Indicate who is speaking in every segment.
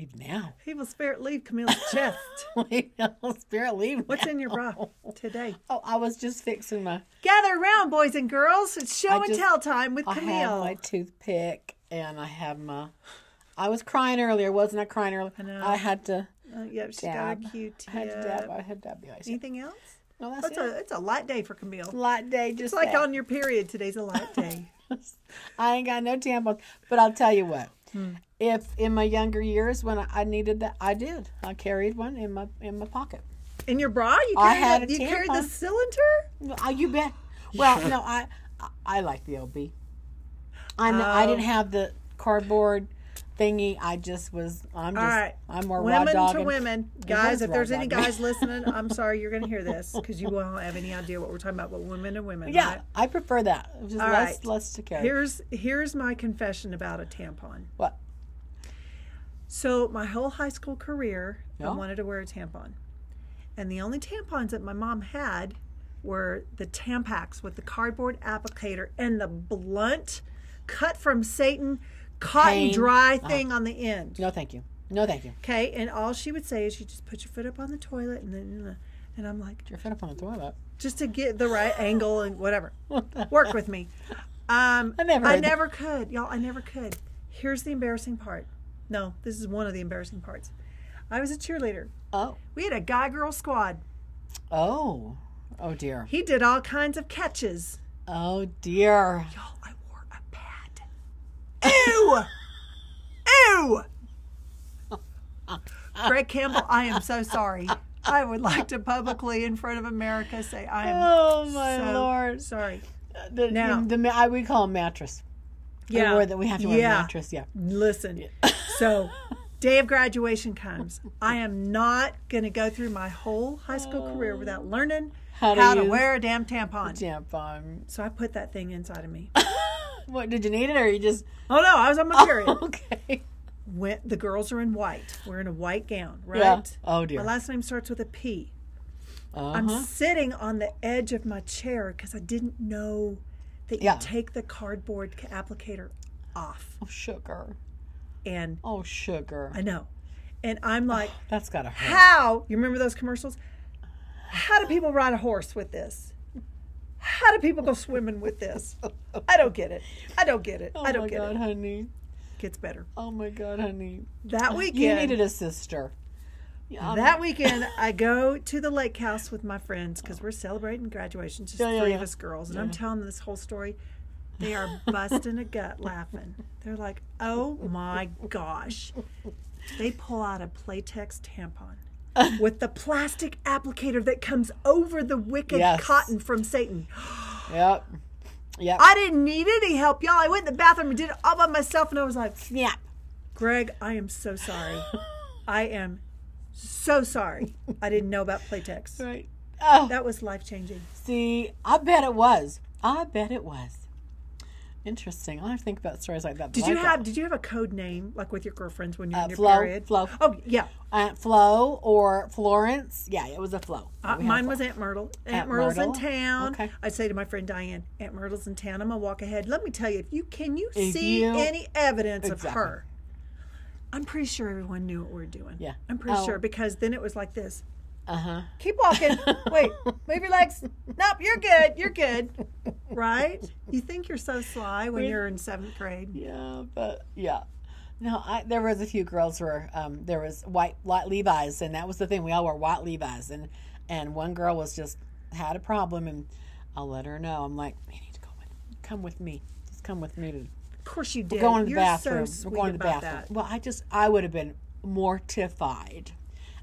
Speaker 1: Leave now.
Speaker 2: Evil spirit, leave Camille's chest.
Speaker 1: Leave now. Spirit, leave.
Speaker 2: What's
Speaker 1: now.
Speaker 2: in your bra today?
Speaker 1: Oh, I was just fixing my.
Speaker 2: Gather around, boys and girls. It's show
Speaker 1: I
Speaker 2: and
Speaker 1: just-
Speaker 2: tell time with Camille.
Speaker 1: I have my toothpick and I have my. I was crying earlier, wasn't I? Crying earlier. I,
Speaker 2: know.
Speaker 1: had to.
Speaker 2: Uh, yep, she's got
Speaker 1: Dab.
Speaker 2: a cute
Speaker 1: I had to dab. I had to dab the ice.
Speaker 2: Anything else?
Speaker 1: No, that's
Speaker 2: That's
Speaker 1: it.
Speaker 2: a, it's a light day for Camille. It's
Speaker 1: light day. Just
Speaker 2: like
Speaker 1: that.
Speaker 2: on your period. Today's a light day.
Speaker 1: I ain't got no tampons. But I'll tell you what. If in my younger years when I, I needed that, I did. I carried one in my in my pocket.
Speaker 2: In your bra, you
Speaker 1: I
Speaker 2: carried,
Speaker 1: had
Speaker 2: the-
Speaker 1: a
Speaker 2: you carried the
Speaker 1: tampon.
Speaker 2: cylinder?
Speaker 1: No, Oh, you bet. Well, no, I I- I like the OB. I know, I
Speaker 2: Um,
Speaker 1: didn't have the cardboard thingy. I just was. I'm just.
Speaker 2: All right.
Speaker 1: I'm more raw
Speaker 2: Women to
Speaker 1: dogging.
Speaker 2: women. Guys,
Speaker 1: is
Speaker 2: if there's
Speaker 1: raw
Speaker 2: any
Speaker 1: dogging.
Speaker 2: guys listening, I'm sorry you're going to hear this because you won't have any idea what we're talking about, but women to women.
Speaker 1: Yeah,
Speaker 2: right?
Speaker 1: I prefer that. Just
Speaker 2: All
Speaker 1: less
Speaker 2: right.
Speaker 1: less to carry.
Speaker 2: Here's here's my confession about a tampon.
Speaker 1: what?
Speaker 2: So my whole high school career,
Speaker 1: Yeah.
Speaker 2: I wanted to wear a tampon, and the only tampons that my mom had were the Tampax with the cardboard applicator and the blunt, cut from Satan, cotton
Speaker 1: Pain.
Speaker 2: dry thing on the end.
Speaker 1: No, thank you. No, thank you.
Speaker 2: Okay, and all she would say is, "You just put your foot up on the toilet," and then, and I'm like,
Speaker 1: Your foot up on the toilet.
Speaker 2: just to get the right angle and whatever. Work with me. Um,
Speaker 1: I never
Speaker 2: I
Speaker 1: heard that.
Speaker 2: never could, y'all. I never could. Here's the embarrassing part. No, this is one of the embarrassing parts. I was a cheerleader.
Speaker 1: Oh.
Speaker 2: We had a guy girl squad.
Speaker 1: Oh. Oh dear.
Speaker 2: He did all kinds of catches.
Speaker 1: Oh dear.
Speaker 2: Y'all, I wore a pad. Ew! Ew! Greg Campbell, I am so sorry. I would like to publicly, in front of America, say I am
Speaker 1: Oh my
Speaker 2: so
Speaker 1: lord.
Speaker 2: sorry.
Speaker 1: The,
Speaker 2: Now-
Speaker 1: the, ma- I, we call 'em mattress. The word that we have to wear
Speaker 2: Yeah.
Speaker 1: mattress. Yeah.
Speaker 2: Listen. So, day of graduation comes. I am not going to go through my whole high school career without learning
Speaker 1: How
Speaker 2: how
Speaker 1: to
Speaker 2: to,
Speaker 1: use
Speaker 2: wear a damn tampon.
Speaker 1: Tampon.
Speaker 2: So I put that thing inside of me.
Speaker 1: What did you need it or you just?
Speaker 2: Oh no, I was on my period.
Speaker 1: okay.
Speaker 2: When, the girls are in white. We're in a white gown, right?
Speaker 1: Yeah. Oh dear.
Speaker 2: My last name starts with a P. I'm
Speaker 1: Uh-huh.
Speaker 2: sitting on the edge of my chair because I didn't know that
Speaker 1: Yeah.
Speaker 2: you take the cardboard ca- applicator off.
Speaker 1: Oh sugar.
Speaker 2: And
Speaker 1: Oh sugar.
Speaker 2: I know. And I'm like,
Speaker 1: That's gotta hurt.
Speaker 2: how you remember those commercials how do people ride a horse with this how do people go swimming with this i don't get it i don't get it
Speaker 1: Oh
Speaker 2: i don't
Speaker 1: my
Speaker 2: get
Speaker 1: god,
Speaker 2: it
Speaker 1: honey.
Speaker 2: gets better
Speaker 1: Oh my god, honey.
Speaker 2: that weekend
Speaker 1: You needed a sister. Yeah, I'm-
Speaker 2: that weekend i go to the lake house with my friends because we're celebrating graduation just
Speaker 1: Yeah, yeah,
Speaker 2: three
Speaker 1: yeah.
Speaker 2: of us girls and i'm telling them this whole story they are busting a gut laughing they're like oh my gosh they pull out a playtex tampon with the plastic applicator that comes over the wicked
Speaker 1: Yes.
Speaker 2: cotton from Satan.
Speaker 1: Yep. Yep.
Speaker 2: I didn't need any help, y'all. I went in the bathroom and did it all by myself, and I was like,
Speaker 1: Snap.
Speaker 2: Greg, I am so sorry. I am so sorry. I didn't know about Playtex.
Speaker 1: Right. Oh,
Speaker 2: That was life changing.
Speaker 1: see, I bet it was. I bet it was. Interesting. I have to think about stories like that. but
Speaker 2: Did
Speaker 1: I
Speaker 2: you
Speaker 1: got-
Speaker 2: have Did you have a code name like with your girlfriends when you're
Speaker 1: Uh,
Speaker 2: in your
Speaker 1: Flo,
Speaker 2: period?
Speaker 1: Flo.
Speaker 2: Oh yeah,
Speaker 1: uh, Flo or Florence? Yeah, it was a Flo.
Speaker 2: Uh,
Speaker 1: We had
Speaker 2: mine
Speaker 1: Flo.
Speaker 2: was Aunt Myrtle. Aunt,
Speaker 1: Aunt
Speaker 2: Myrtle's in
Speaker 1: Myrtle.
Speaker 2: town.
Speaker 1: Okay.
Speaker 2: I'd say to my friend Diane, Aunt Myrtle's in town. I'm gonna walk ahead. Let me tell you, if you can you
Speaker 1: If
Speaker 2: see
Speaker 1: you-
Speaker 2: any evidence of
Speaker 1: Exactly.
Speaker 2: her? I'm pretty sure everyone knew what we were doing.
Speaker 1: Yeah.
Speaker 2: I'm pretty
Speaker 1: Oh.
Speaker 2: sure because then it was like this.
Speaker 1: Uh huh.
Speaker 2: Keep walking. Wait, move your legs. Nope, you're good. You're good. Right? You think you're so sly when you're in seventh grade.
Speaker 1: Yeah, but yeah. No, I there was a few girls where um there was white white Levi's and that was the thing. We all wore white Levi's and and one girl was just had a problem and I'll let her know. I'm like, You need to go with come with me. Just come with me to
Speaker 2: Of course you did.
Speaker 1: go in the
Speaker 2: you're
Speaker 1: bathroom.
Speaker 2: so sweet
Speaker 1: We're going to the
Speaker 2: about
Speaker 1: bathroom. Well, I just I would have been mortified.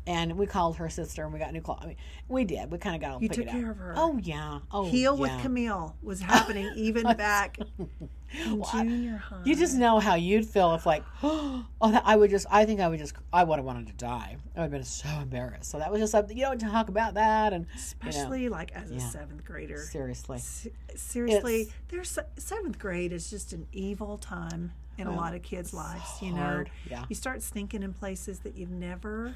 Speaker 1: And we called her sister and we got new clothes. I mean, we did. We kind of got all
Speaker 2: You
Speaker 1: figured
Speaker 2: took
Speaker 1: out.
Speaker 2: care of her.
Speaker 1: Oh yeah. Oh
Speaker 2: that. Heal
Speaker 1: yeah.
Speaker 2: with Camille was happening even back in junior high.
Speaker 1: You just know how you'd feel if like, oh, that- I would just, I think I would just, I would have wanted to die. I would have been so embarrassed. So that was just like, you don't talk about that, and you know,
Speaker 2: especially like as a seventh grader.
Speaker 1: seriously,
Speaker 2: Se- Seriously,
Speaker 1: It's-
Speaker 2: there's seventh grade is just an evil time in a lot of kids' lives. You know,
Speaker 1: Oh, hard, yeah.
Speaker 2: you start stinking in places that you've never.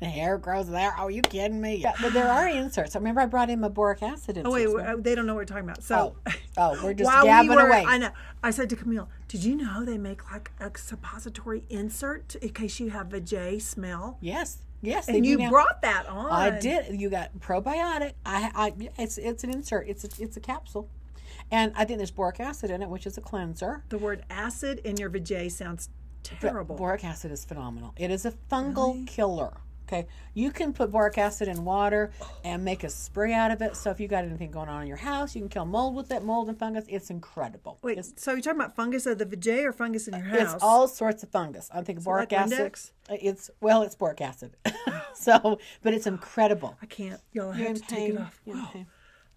Speaker 1: the hair grows there. Oh, you kidding me? Yeah, but there are inserts. I remember I brought in my boric acid insert.
Speaker 2: Oh wait, wait, they don't know what we're talking about.
Speaker 1: oh,
Speaker 2: So
Speaker 1: oh, we're just
Speaker 2: while
Speaker 1: gabbing
Speaker 2: we were,
Speaker 1: away.
Speaker 2: I know. I said to Camille, Did you know they make like a suppository insert in case you have a J smell?
Speaker 1: Yes. Yes. they
Speaker 2: And
Speaker 1: do
Speaker 2: you
Speaker 1: now.
Speaker 2: brought that on.
Speaker 1: I did. You got probiotic. I, I it's it's an insert. It's a, it's a capsule, and I think there's boric acid in it, which is a cleanser.
Speaker 2: The word acid in your vajay sounds terrible.
Speaker 1: Boric acid is phenomenal. It is a fungal killer. Okay, you can put boric acid in water and make a spray out of it. So if you got anything going on in your house, you can kill mold with it, mold and fungus. It's incredible.
Speaker 2: Wait,
Speaker 1: it's,
Speaker 2: so you're talking about fungus of the vajay or fungus in your house?
Speaker 1: it's Uh, all sorts of fungus. I think boric
Speaker 2: like
Speaker 1: acid.
Speaker 2: Windex?
Speaker 1: It's well, it's boric acid. so, but it's incredible.
Speaker 2: I can't. Y'all I
Speaker 1: You're
Speaker 2: have
Speaker 1: in
Speaker 2: to take it
Speaker 1: pain.
Speaker 2: off.
Speaker 1: You're in
Speaker 2: Wow.
Speaker 1: pain.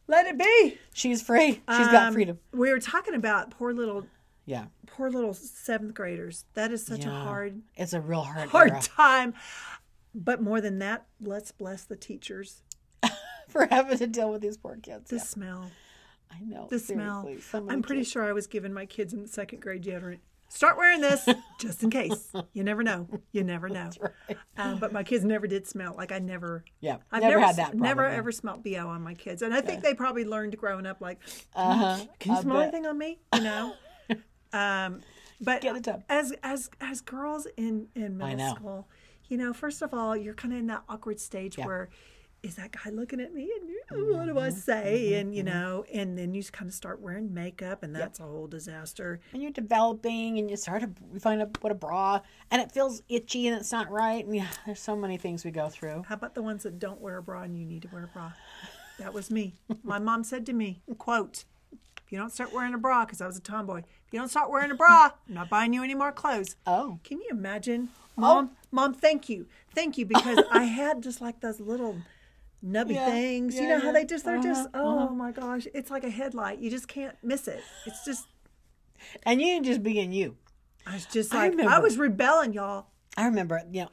Speaker 2: Let it be.
Speaker 1: She's free. She's got
Speaker 2: Um,
Speaker 1: freedom.
Speaker 2: We were talking about poor little,
Speaker 1: Yeah.
Speaker 2: poor little seventh graders. That is such a
Speaker 1: Yeah.
Speaker 2: hard,
Speaker 1: It's a real hard,
Speaker 2: hard
Speaker 1: era.
Speaker 2: time. But more than that, let's bless the teachers.
Speaker 1: for having to deal with these poor kids.
Speaker 2: The
Speaker 1: Yeah,
Speaker 2: smell,
Speaker 1: I know.
Speaker 2: the
Speaker 1: seriously. Some
Speaker 2: smell.
Speaker 1: of
Speaker 2: I'm
Speaker 1: the
Speaker 2: pretty
Speaker 1: kids-
Speaker 2: sure I was giving my kids in second grade deodorant. Start wearing this just in case. You never know. You never know. um, but my kids never did smell. Like I never.
Speaker 1: Yeah,
Speaker 2: I've
Speaker 1: never,
Speaker 2: never,
Speaker 1: had that. Problem,
Speaker 2: Never ever smelled BO on my kids, and I think they probably learned growing up. Like,
Speaker 1: Uh huh.
Speaker 2: can you
Speaker 1: I
Speaker 2: smell
Speaker 1: bet.
Speaker 2: anything on me? You know. um, but
Speaker 1: Get in the tub.
Speaker 2: as as as girls in in middle
Speaker 1: know.
Speaker 2: school, you know, first of all, you're kind of in that awkward stage where. Is that guy looking at me? And you- what do I
Speaker 1: Mm-hmm.
Speaker 2: say? and you know, and then you kind of start wearing makeup, and that's a whole disaster.
Speaker 1: And you're developing, and you start to you find out what a bra, and it feels itchy, and it's not right. And yeah, there's so many things we go through.
Speaker 2: How about the ones that don't wear a bra and you need to wear a bra? That was me. My mom said to me, quote, if you don't start wearing a bra, because I was a tomboy, if you don't start wearing a bra, I'm not buying you any more clothes.
Speaker 1: Oh,
Speaker 2: Can you imagine? Mom, mom, thank you. Thank you, because I had just like those little nubby
Speaker 1: Yeah,
Speaker 2: things. you
Speaker 1: yeah,
Speaker 2: know how
Speaker 1: yeah. Uh-huh,
Speaker 2: they just, they're just, oh my gosh, it's like a headlight. You just can't miss it. It's just,
Speaker 1: and you just being you.
Speaker 2: I was just
Speaker 1: I
Speaker 2: like, I,
Speaker 1: remember.
Speaker 2: was rebelling, y'all.
Speaker 1: I remember, you know,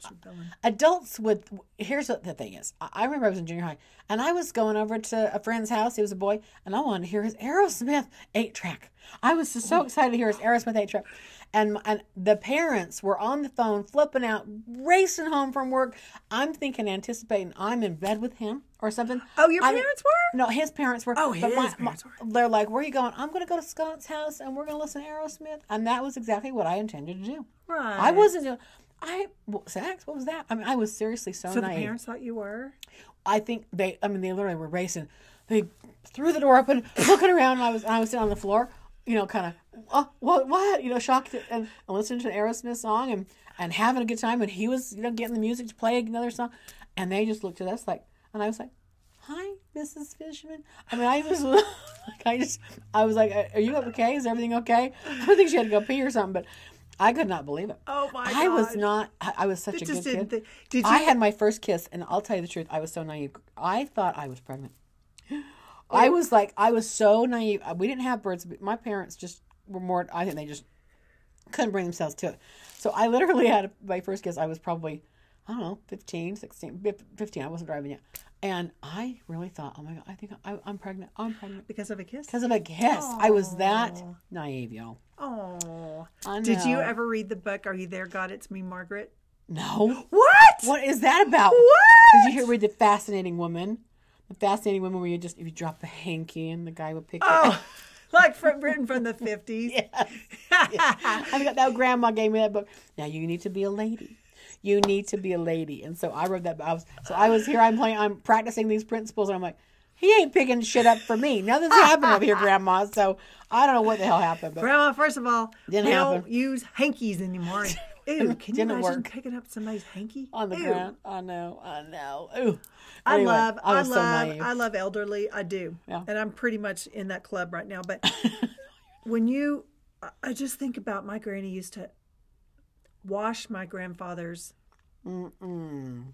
Speaker 1: adults would. Here's what the thing is. I- I remember I was in junior high, and I was going over to a friend's house. He was a boy, and I wanted to hear his Aerosmith eight track. I was just
Speaker 2: Oh.
Speaker 1: so excited to hear his Aerosmith eight track, and and the parents were on the phone, flipping out, racing home from work. I'm thinking, anticipating, I'm in bed with him or something.
Speaker 2: Oh, your
Speaker 1: I-
Speaker 2: parents were?
Speaker 1: No, his parents were.
Speaker 2: Oh,
Speaker 1: but
Speaker 2: his parents were.
Speaker 1: They're like, "Where are you going? I'm going to go to Scott's house, and we're going to listen to Aerosmith." And that was exactly what I intended to do.
Speaker 2: Right.
Speaker 1: I wasn't. doing- I well, sex. What was that? I mean, I was seriously so,
Speaker 2: So the
Speaker 1: naive.
Speaker 2: parents thought you were?
Speaker 1: I think they. I mean, they literally were racing. They threw the door open, looking around, and I was. And I was sitting on the floor, you know, kind of oh, what, what, you know, shocked, and, and listening to an Aerosmith song and and having a good time. And he was, you know, getting the music to play another song, and they just looked at us like, and I was like. Hi, Mrs. Fishman. I mean, I was like, I just, I was like, "Are you okay? Is everything okay?" I think she had to go pee or something, but I could not believe it.
Speaker 2: Oh my
Speaker 1: I was
Speaker 2: gosh.
Speaker 1: not. I I was such a good
Speaker 2: Just didn't
Speaker 1: kid.
Speaker 2: think. Did you
Speaker 1: I had my first kiss, and I'll tell you the truth. I was so naive. I thought I was pregnant.
Speaker 2: Oh.
Speaker 1: I was like, I was so naive. Uh, We didn't have birds. But my parents just were more. I think they just couldn't bring themselves to it. So I literally had my first kiss. I was probably, I don't know, 15, 16, fif- 15. I wasn't driving yet, and I really thought, oh my god, I think I, I'm pregnant. I'm pregnant
Speaker 2: because of a kiss?
Speaker 1: because of a kiss. I was that naive, y'all.
Speaker 2: Oh.
Speaker 1: I
Speaker 2: Did you
Speaker 1: know.
Speaker 2: ever read the book Are You There God It's Me Margaret?
Speaker 1: No.
Speaker 2: What?
Speaker 1: What is that about?
Speaker 2: What?
Speaker 1: Did you hear read the fascinating woman? The fascinating woman where you just if you drop the hanky and the guy would pick it.
Speaker 2: Oh, like from written from the 50s. Ah.
Speaker 1: I got that grandma gave me that book. Now you need to be a lady. You need to be a lady. And so I wrote that I was so I was here I'm playing I'm practicing these principles and I'm like he ain't picking shit up for me. Nothing's happening over here, Grandma. So I don't know what the hell happened, but
Speaker 2: Grandma, first of all,
Speaker 1: Didn't
Speaker 2: we don't
Speaker 1: happen.
Speaker 2: use hankies anymore. Ew, can you
Speaker 1: Didn't
Speaker 2: imagine
Speaker 1: work.
Speaker 2: picking up somebody's hanky?
Speaker 1: on the
Speaker 2: Ew.
Speaker 1: ground. I know, I know. Ooh.
Speaker 2: I
Speaker 1: Anyway,
Speaker 2: love, I,
Speaker 1: was so
Speaker 2: love,
Speaker 1: naive.
Speaker 2: I love elderly. I do,
Speaker 1: Yeah.
Speaker 2: and I'm pretty much in that club right now. But when you, I- I just think about my granny used to wash my grandfather's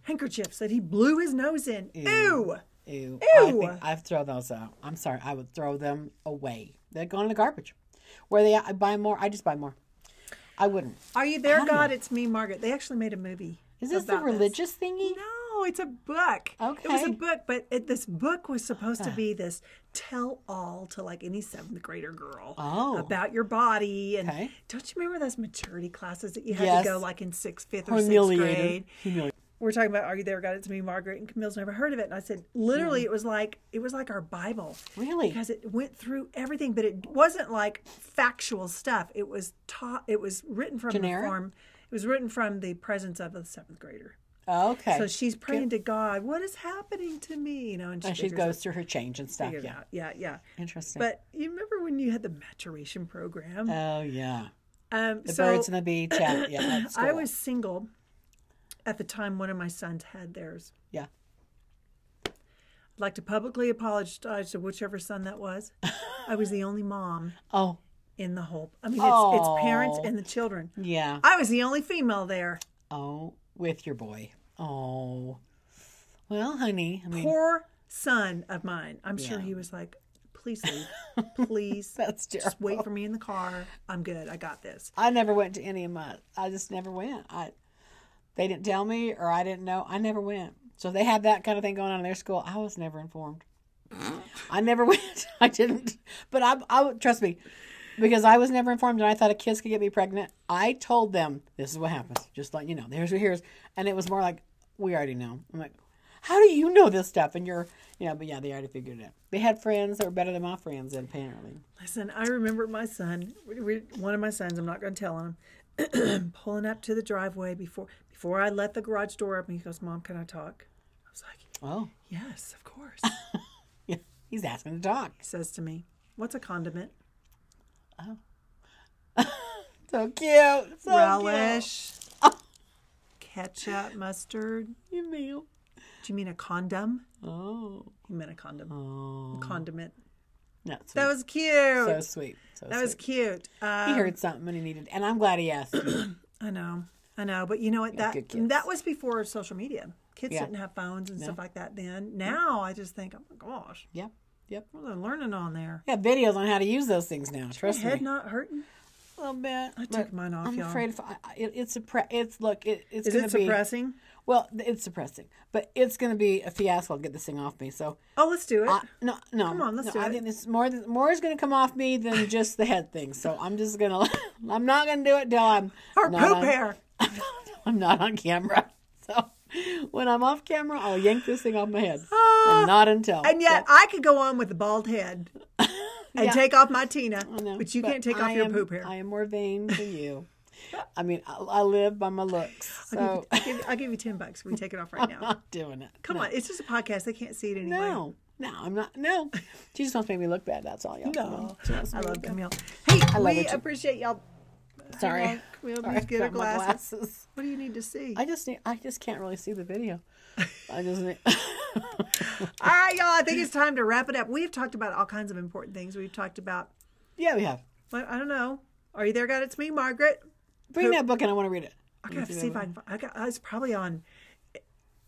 Speaker 2: handkerchiefs that he blew his nose in. Ew.
Speaker 1: Ew. I
Speaker 2: Ew.
Speaker 1: think I'd throw those out. I'm sorry. I would throw them away. They're going in the garbage. Where they I buy more, I just buy more. I wouldn't.
Speaker 2: Are you there, God? It's me, Margaret. They actually made a movie.
Speaker 1: Is this the
Speaker 2: about
Speaker 1: religious thingy?
Speaker 2: No, it's a book. It was a
Speaker 1: Okay. Uh.
Speaker 2: book, but it, this book was supposed to be this tell all to like any seventh grader girl
Speaker 1: Oh.
Speaker 2: about your body. And
Speaker 1: Okay.
Speaker 2: don't you remember those maturity classes that you had
Speaker 1: Yes.
Speaker 2: to go like in sixth, fifth, or sixth
Speaker 1: Humiliated.
Speaker 2: grade?
Speaker 1: Humiliated.
Speaker 2: we're talking about Are You There? Got It to Me, Margaret, and Camille's never heard of it. And I said, literally, it was like it was like our Bible
Speaker 1: Hmm. Really?
Speaker 2: because it went through everything, but it wasn't like factual stuff. It was taught. It was written from the
Speaker 1: Generic?
Speaker 2: form. It was written from the presence of the seventh grader.
Speaker 1: Okay.
Speaker 2: So she's praying to God, what is happening to me? You know, and she,
Speaker 1: and Oh, she
Speaker 2: figures
Speaker 1: goes through her change and stuff.
Speaker 2: it
Speaker 1: Yeah.
Speaker 2: out. Yeah, yeah.
Speaker 1: Interesting.
Speaker 2: But you remember when you had the maturation program?
Speaker 1: oh yeah.
Speaker 2: um,
Speaker 1: The
Speaker 2: so
Speaker 1: birds and the bee chat. Yeah. at
Speaker 2: I
Speaker 1: school.
Speaker 2: was single at the time one of my sons had theirs.
Speaker 1: Yeah.
Speaker 2: I'd like to publicly apologize to whichever son that was. I was the only mom
Speaker 1: Oh
Speaker 2: in the whole. I mean, it's, it's parents
Speaker 1: Oh.
Speaker 2: and the children.
Speaker 1: yeah.
Speaker 2: I was the only female there.
Speaker 1: Oh, with your boy. Oh. Well, honey. I mean,
Speaker 2: Poor son of mine. I'm sure he was like, please leave. Please
Speaker 1: that's terrible.
Speaker 2: just wait for me in the car. I'm good. I got this.
Speaker 1: I never went to any of my. I just never went. I they didn't tell me, or I didn't know. I never went. So they had that kind of thing going on in their school. I was never informed. I never went. I didn't. But I, I would- trust me, because I was never informed, and I thought a kiss could get me pregnant. I told them this is what happens. Just like you know, here's what here's, and it was more like we already know. I'm like, how do you know this stuff? And you're, you know, but yeah, they already figured it out. They had friends that were better than my friends, apparently.
Speaker 2: Listen, I remember my son, we- we- one of my sons, I'm not going to tell him, pulling up to the driveway before before I let the garage door open. He goes, Mom, can I talk? I was like,
Speaker 1: Oh,
Speaker 2: Yes, of course.
Speaker 1: yeah, he's asking to talk.
Speaker 2: he says to me, What's a condiment?
Speaker 1: So cute. So Cute.
Speaker 2: Relish, ketchup, mustard.
Speaker 1: You meal.
Speaker 2: Do you mean a condom?
Speaker 1: Oh.
Speaker 2: He meant a condom.
Speaker 1: Oh.
Speaker 2: Condiment.
Speaker 1: That's
Speaker 2: That
Speaker 1: that
Speaker 2: was cute.
Speaker 1: was so sweet. So
Speaker 2: that was
Speaker 1: sweet.
Speaker 2: cute. Um,
Speaker 1: He heard something and he needed, and I'm glad he asked. you.
Speaker 2: I know, I know, but you know what? That
Speaker 1: good kids.
Speaker 2: that was before social media. Kids
Speaker 1: Yeah.
Speaker 2: didn't have phones and stuff like that then. Now I just think, oh my gosh,
Speaker 1: yep. Yep.
Speaker 2: what are they learning on there?
Speaker 1: Yeah, videos on how to use those things now. Trust
Speaker 2: Head
Speaker 1: me.
Speaker 2: not hurting.
Speaker 1: A little bit. I
Speaker 2: took mine off,
Speaker 1: I'm
Speaker 2: y'all.
Speaker 1: afraid if I, I- it, it's a pre- it's look it, it's
Speaker 2: Is
Speaker 1: gonna
Speaker 2: it
Speaker 1: be
Speaker 2: suppressing?
Speaker 1: well th- it's suppressing, but it's gonna be a fiasco to get this thing off me. So
Speaker 2: Oh, let's do it.
Speaker 1: I, no no come
Speaker 2: on, let's
Speaker 1: no,
Speaker 2: do
Speaker 1: I
Speaker 2: it.
Speaker 1: think this more than, more is gonna come off me than just the head thing. So I'm just gonna I'm not gonna do it till I'm
Speaker 2: Our
Speaker 1: not
Speaker 2: poop
Speaker 1: on-
Speaker 2: hair.
Speaker 1: I'm not on camera. So when I'm off camera, I'll yank this thing off my head.
Speaker 2: Ah.
Speaker 1: and not until.
Speaker 2: And yet I could go on with the bald head and
Speaker 1: Yeah.
Speaker 2: take off my Tina,
Speaker 1: I know,
Speaker 2: but you can't take off
Speaker 1: I
Speaker 2: your
Speaker 1: am-
Speaker 2: poop hair.
Speaker 1: I am more vain than you. I mean, I, I live by my looks. So
Speaker 2: I'll, give, I'll give you 10 bucks. if We take it off right now.
Speaker 1: I'm doing it.
Speaker 2: Come on. It's just a podcast. They can't see it anyway.
Speaker 1: No. No, I'm not. No. She just wants to make me look bad. That's all, y'all.
Speaker 2: No.
Speaker 1: She wants to
Speaker 2: I
Speaker 1: make me
Speaker 2: love
Speaker 1: look bad.
Speaker 2: Camille. Hey,
Speaker 1: love
Speaker 2: we
Speaker 1: her too.
Speaker 2: appreciate y'all.
Speaker 1: Sorry.
Speaker 2: Hang on, Camille,
Speaker 1: Sorry,
Speaker 2: please get her
Speaker 1: got my
Speaker 2: glasses.
Speaker 1: glasses.
Speaker 2: What do you need to see?
Speaker 1: I just need, I just can't really see the video. I just need,
Speaker 2: All right, y'all. I think it's time to wrap it up. We've talked about all kinds of important things. We've talked about,
Speaker 1: yeah, we have.
Speaker 2: well, I don't know. Are you there, God? It's me, Margaret.
Speaker 1: Bring that book and I want to read it.
Speaker 2: I gotta have to see if I can. fi- I got. It's probably on.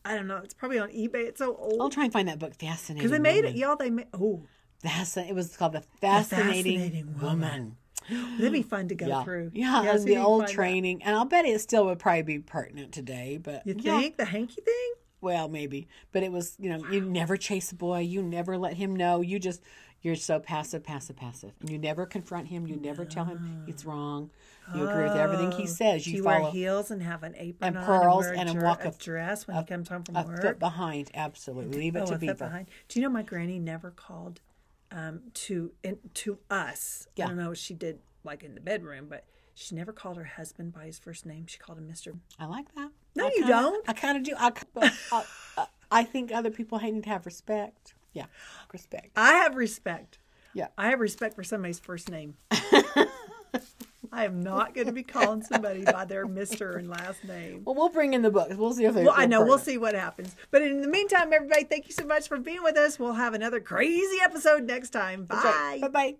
Speaker 2: I don't know. It's probably on eBay. It's so
Speaker 1: I'll
Speaker 2: old.
Speaker 1: try and find that book. Fascinating.
Speaker 2: Because they made
Speaker 1: Woman.
Speaker 2: it, y'all. They made. Oh,
Speaker 1: Fascin- it was called the fascinating,
Speaker 2: Fascinating
Speaker 1: woman.
Speaker 2: that'd be fun to go
Speaker 1: Yeah,
Speaker 2: through.
Speaker 1: yeah,
Speaker 2: Yes,
Speaker 1: and
Speaker 2: we
Speaker 1: the
Speaker 2: need to
Speaker 1: old
Speaker 2: find
Speaker 1: training, and I'll bet it still would probably be pertinent today. But
Speaker 2: out. You
Speaker 1: yeah,
Speaker 2: think the hanky thing?
Speaker 1: well, maybe. But it was, you know, you never chase a boy, you never let him know. You just, you're so passive, passive, passive, and you never confront him. You never tell him it's wrong. You agree with everything he says.
Speaker 2: Ah. Oh, Do you
Speaker 1: You
Speaker 2: wear
Speaker 1: follow
Speaker 2: heels and have an apron
Speaker 1: And
Speaker 2: on
Speaker 1: pearls
Speaker 2: wear
Speaker 1: and a
Speaker 2: dre-
Speaker 1: walk a-
Speaker 2: dress when he comes home from
Speaker 1: a
Speaker 2: work?
Speaker 1: foot behind. Absolutely, leave it
Speaker 2: Oh,
Speaker 1: to
Speaker 2: a foot
Speaker 1: Beaver.
Speaker 2: behind. Do you know my granny never called um, to in, to us? I
Speaker 1: Yeah.
Speaker 2: don't know what she did like in the bedroom, but she never called her husband by his first name. She called him Mister.
Speaker 1: I like that.
Speaker 2: No,
Speaker 1: I
Speaker 2: you
Speaker 1: kinda-
Speaker 2: don't.
Speaker 1: I kind of do. I, but I, I- I think other people need to have respect. Yeah, respect.
Speaker 2: I have respect.
Speaker 1: Yeah.
Speaker 2: I have respect for somebody's first name. I am not going to be calling somebody by their Mister and last name.
Speaker 1: Well, we'll bring in the books. We'll see if they.
Speaker 2: Well, I know. We'll
Speaker 1: see.
Speaker 2: see what happens. But in the meantime, everybody, thank you so much for being with us. We'll have another crazy episode next time. Bye.
Speaker 1: Bye bye.